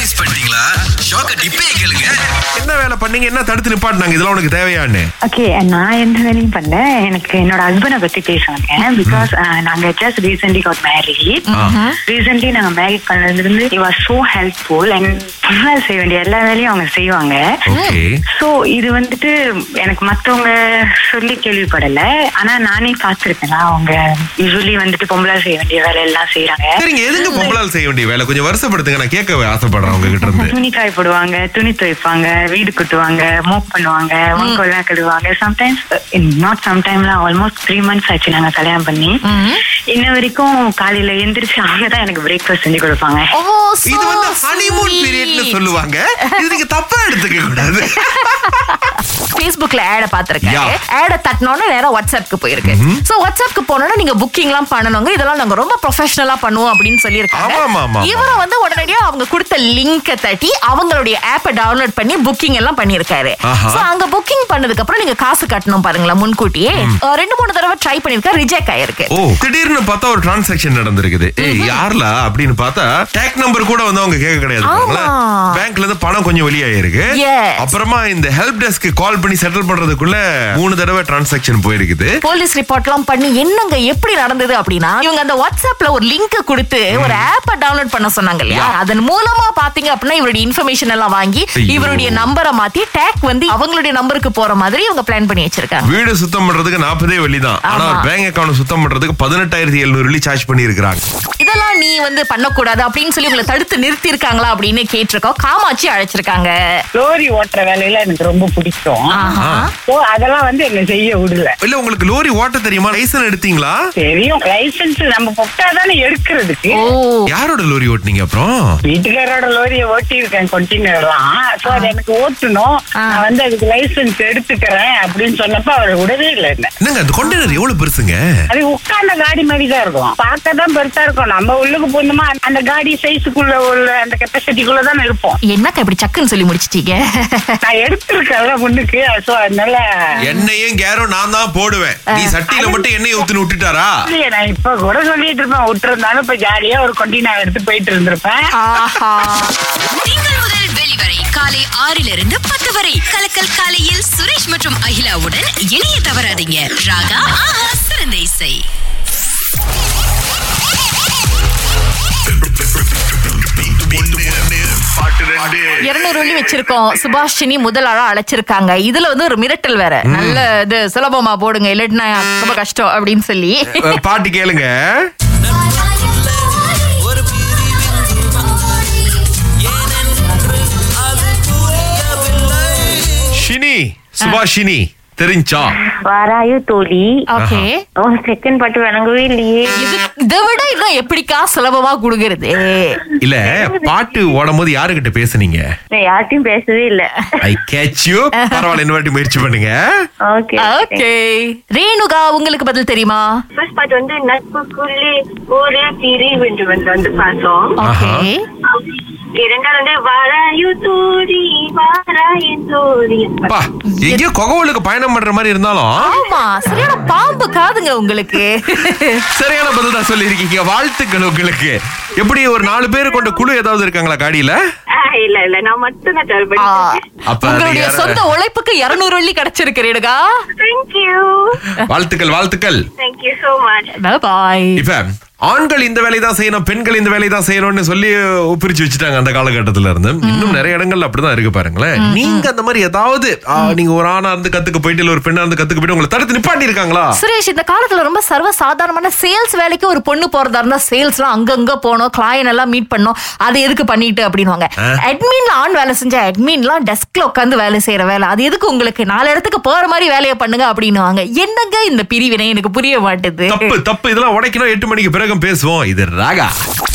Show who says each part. Speaker 1: Miss பண்ணிட்டீங்களா ஷாக்க டிப்பே கேளுங்க
Speaker 2: என்ன வேலை பண்ணீங்க என்ன தடுத்து நிப்பாட்டினாங்க இதெல்லாம் உனக்கு தேவையான்னு
Speaker 3: ஓகே நான் எந்த வேலையும் பண்ணல எனக்கு என்னோட ஹஸ்பண்டை பத்தி பேசுவாங்க பிகாஸ் நாங்க just recently got married
Speaker 2: Mm-hmm.
Speaker 3: Recently நாங்க மேரிட் பண்ணதுல இருந்து இ வாஸ் சோ ஹெல்ப்ஃபுல் அண்ட் ஃபுல்லாக செய்ய வேண்டிய எல்லா வேலையும் அவங்க செய்வாங்க
Speaker 2: ஓகே
Speaker 3: சோ இது வந்துட்டு எனக்கு மத்தவங்க சொல்லி கேள்விப்படல ஆனா நானே பார்த்திருக்கேன் நான் அவங்க யூஸ்வலி வந்துட்டு பொம்பளை செய்ய வேண்டிய வேலை எல்லாம் செய்யறாங்க
Speaker 2: சரிங்க எதுங்க பொம்பளால் செய்ய வேண்டிய வேலை கொஞ்சம் வருஷப்படுத்துங்க நான் கேட்க ஆசைப்படுறேன் உங்ககிட்ட இருந்து
Speaker 3: துணி காய போடுவாங்க துணி துவைப்பாங்க வீடு குட்டுவாங்க மோப் பண்ணுவாங்க மங்கோல்லாம் கழுவாங்க சம்டைம்ஸ் நாட் சம்டைம்லாம் ஆல்மோஸ்ட் த்ரீ மந்த்ஸ் ஆச்சு நாங்க கல்யாணம் பண்ணி இன்ன வரைக்கும் காலையில எந்திரிச்சு அவங்க தான் எனக்கு பிரேக்ஃபாஸ்ட் செஞ்சு கொடுப்பாங்க
Speaker 4: ஓ
Speaker 2: இது வந்து ஹனிமூன் பீரியட்னு சொல்லுவாங்க இது நீங்க தப்பா எடுத்துக்க கூடாது
Speaker 4: பேஸ்புக்ல ஆட பாத்திருக்கேன்
Speaker 2: Yeah.
Speaker 4: ஆட தட்டினோட நேரா வாட்ஸ்அப்க்கு போயிருக்கு சோ வாட்ஸ்அப்க்கு போனோம்னா நீங்க புக்கிங்லாம் எல்லாம் பண்ணணுங்க இதெல்லாம் நாங்க ரொம்ப ப்ரொஃபஷனலா பண்ணுவோம் அப்படின்னு சொல்லியிருக்காங்க
Speaker 2: ஆமா, ஆமா, ஆமா.
Speaker 4: இவரும் வந்து உடனடியா அவங்க கொடுத்த லிங்கை தட்டி அவங்களுடைய ஆப்பை டவுன்லோட் பண்ணி புக்கிங் எல்லாம் பண்ணியிருக்காரு
Speaker 2: ஆஹா.
Speaker 4: சோ அங்க புக்கிங் பண்ணதுக்கு அப்புறம் நீங்க காசு கட்டணும் பாருங்களா முன்கூட்டியே அஹ் ரெண்டு மூணு தடவை ட்ரை பண்ணிருக்கேன் ரிஜெக்ட் ஆயிருக்கு
Speaker 2: ஓ திடீர்னு பார்த்தா ஒரு டிரான்சாக்ஷன் நடந்திருக்குது ஏய் யார்லா அப்படின்னு பார்த்தா டேக் நம்பர் கூட வந்து அவங்க கேட்க கிடையாது பாருங்களேன்.
Speaker 4: ஆமா.
Speaker 2: பேங்க்ல இருந்து பணம் கொஞ்சம் வெளியாயிருக்கு
Speaker 4: Yes.
Speaker 2: அப்புறமா இந்த ஹெல்ப் டெஸ்க்கு கால் பண்ணி செட்டில் பண்றதுக்குள்ள மூணு தடவை டிரான்சாக்ஷன் போயிருக்குது
Speaker 4: போலீஸ் ரிப்போர்ட்லாம் பண்ணி என்னங்க எப்படி நடந்தது அப்படின்னா இவங்க அந்த வாட்ஸ்அப்ல ஒரு லிங்க் கொடுத்து ஒரு ஆப்பை டவுன்லோட் பண்ண சொன்னாங்க இல்லையா அதன் மூலமா பாத்தீங்க அப்படின்னா இவருடைய இன்ஃபர்மேஷன் எல்லாம் வாங்கி
Speaker 2: ஐயோ.
Speaker 4: இவருடைய நம்பரை மாத்தி டேக் வந்து அவங்களுடைய நம்பருக்கு போற மாதிரி இவங்க பிளான் பண்ணி வச்சிருக்காங்க
Speaker 2: வீடு சுத்தம் பண்றதுக்கு நாற்பதே வழி தான் ஆனா
Speaker 4: ஆமா.
Speaker 2: பேங்க் அக்கவுண்ட் சுத்தம் பண்றதுக்கு பதினெட்டாயிரத்தி எழுநூறு வழி சார்ஜ் பண்ணியிருக்காங்க
Speaker 4: இதெல்லாம் நீ வந்து பண்ணக்கூடாது அப்படின்னு சொல்லி உங்களை தடுத்து நிறுத்தி இருக்காங்களா அப்படின்னு கேட்டிருக்கோம் காமாட்சி அழைச்சிருக்காங்க
Speaker 5: லோரி ஓட்டுற வேலையில எனக்கு ரொம்ப பிடிக்கும்
Speaker 4: ஆஹா.
Speaker 5: So, அதெல்லாம் வந்து என்ன செய்ய விடல
Speaker 2: இல்ல உங்களுக்கு லோரி ஓட்ட தெரியுமா லைசன் எடுத்தீங்களா
Speaker 5: தெரியும் லைசென்ஸ் நம்ம பொட்டாதானே எடுக்கிறதுக்கு
Speaker 4: ஓ
Speaker 2: யாரோட லோரி ஓட்டுனீங்க அப்புறம்
Speaker 5: வீட்டுக்காரோட லோரிய ஓட்டி இருக்கேன் கொட்டினர்லாம் சோ அது எனக்கு ஓட்டணும்
Speaker 4: ஆ.
Speaker 5: நான் வந்து அதுக்கு லைசென்ஸ் எடுத்துக்கிறேன் அப்படின்னு சொன்னப்ப அவர் விடவே இல்லை என்ன
Speaker 2: என்னங்க அந்த கொண்டனர் எவ்வளவு பெருசுங்க
Speaker 5: அது உட்கார்ந்த காடி மாதிரி தான் இருக்கும் பார்க்க தான் பெருசா இருக்கும் நம்ம உள்ளுக்கு போனோமா அந்த காடி சைஸுக்குள்ள உள்ள அந்த கெப்பாசிட்டிக்குள்ள தான் இருப்போம்
Speaker 4: என்னக்கா இப்படி சக்குன்னு சொல்லி முடிச்சிட்டீங்க
Speaker 5: நான் எடுத்திருக்கேன்ல முன்னுக்கு சோ அதனால
Speaker 2: எண்ணெயும் கேரும் நான் தான் போடுவேன் நீ சட்டியில மட்டும் எண்ணெய் ஊத்துன்னு விட்டுட்டாரா
Speaker 5: இல்லையே, நான் இப்ப கூட சொல்லிட்டு இருப்பேன் விட்டுருந்தாலும் இப்ப ஜாலியா ஒரு கொண்டி நான் எடுத்து போயிட்டு இருந்திருப்பேன்
Speaker 4: ஆஹா
Speaker 6: திங்கள் முதல் வெளிவரை காலை ஆறிலிருந்து பத்து வரை கலக்கல் காலையில் சுரேஷ் மற்றும் அகிலாவுடன் இணைய தவறாதீங்க ராகா ஆஹா சிறந்த இசை
Speaker 4: இருநூறு வெள்ளி வச்சிருக்கோம் சுபாஷினி முதல் ஆளா அழைச்சிருக்காங்க இதுல வந்து ஒரு மிரட்டல் வேற நல்ல இது சுலபமா போடுங்க இல்லட்டினா ரொம்ப கஷ்டம் அப்படின்னு சொல்லி
Speaker 2: அஹ், பாட்டு கேளுங்க ஷினி சுபாஷினி தெரிஞ்சா
Speaker 7: வாராயோ தோழி
Speaker 4: ஓகே
Speaker 7: உன் செகண்ட் பாட்டு வழங்கவே இல்லையே
Speaker 4: இது இதை விட இன்னும் எப்படிக்கா சுலபமா குடுக்கறது
Speaker 2: இல்ல பாட்டு ஓடும் போது யாருகிட்ட பேசுனீங்க
Speaker 7: நான் யார்கிட்டயும் பேசவே இல்ல
Speaker 2: ஐ கேட்ச் யூ பரவாயில்ல இந்த வாட்டி முயற்சி பண்ணுங்க
Speaker 7: ஓகே
Speaker 4: ஓகே ரேணுகா உங்களுக்கு பதில் தெரியுமா
Speaker 7: ஃபர்ஸ்ட் பாட்டு வந்து நட்புக்குள்ளே ஒரு பிரிவென்று வந்து வந்து பார்த்தோம்
Speaker 4: ஓகே
Speaker 7: இரண்டாவது வந்து வாராயோ தோழி வாராயோ தோழி
Speaker 2: பா எங்கேயோ கொகவலுக்கு பயணம் பண்ற மாதிரி இருந்தாலும்
Speaker 4: ஆமா சரியான பாம்பு காதுங்க உங்களுக்கு
Speaker 2: சரியான பதில் தான் சொல்லியிருக்கீங்க வாழ்த்துக்கள் உங்களுக்கு எப்படி ஒரு நாலு பேர் கொண்ட குழு ஏதாவது இருக்காங்களா காடியில
Speaker 7: ஆஹ், இல்ல இல்ல நான் மட்டும் தான் கால்
Speaker 4: ஆ,
Speaker 7: பண்ணிருக்கேன்
Speaker 2: அப்ப அது
Speaker 4: உங்களுடைய
Speaker 2: யார-
Speaker 4: சொந்த உழைப்புக்கு இருநூறு வெள்ளி கிடைச்சிருக்கு ரேணுகா
Speaker 7: தேங்க்யூ
Speaker 2: வாழ்த்துக்கள் வாழ்த்துக்கள்
Speaker 7: தேங்க்யூ சோ மச்
Speaker 4: பாய்
Speaker 2: இப்ப ஆண்கள் இந்த வேலை தான் செய்யணும் பெண்கள் இந்த வேலை தான் செய்யணும்னு சொல்லி பிரிச்சு வச்சுட்டாங்க அந்த காலகட்டத்துல இருந்து இன்னும் நிறைய இடங்கள்ல அப்படிதான் இருக்கு பாருங்களேன் நீங்க அந்த மாதிரி ஏதாவது ஆ, நீங்க ஒரு ஆணா இருந்து கத்துக்க போயிட்டு இல்ல ஒரு பெண்ணா இருந்து கத்துக்க போயிட்டு உங்களை தடுத்து நிப்பாட்டி இருக்காங்களா
Speaker 4: சுரேஷ் இந்த காலத்துல ரொம்ப சர்வ சாதாரணமான சேல்ஸ் வேலைக்கு ஒரு பொண்ணு போறதா இருந்தா சேல்ஸ்லாம் அங்கங்க போனோம் client எல்லாம் மீட் பண்ணோம் அது எதுக்கு பண்ணிட்டு அப்படின்னுவாங்க அட்மின்ல ஆண் வேலை செஞ்ச அட்மின்லாம் டெஸ்க்ல உட்காந்து வேலை செய்யற வேலை அது எதுக்கு உங்களுக்கு நாலு இடத்துக்கு போற மாதிரி வேலையை பண்ணுங்க அப்படின்னுவாங்க என்னங்க இந்த பிரிவினை எனக்கு புரிய மாட்டுது
Speaker 2: தப்பு தப்பு இதெல்லாம் உடைக்கணும் எட்டு மணிக்கு பிறகு பேசுவோம் இது ராகா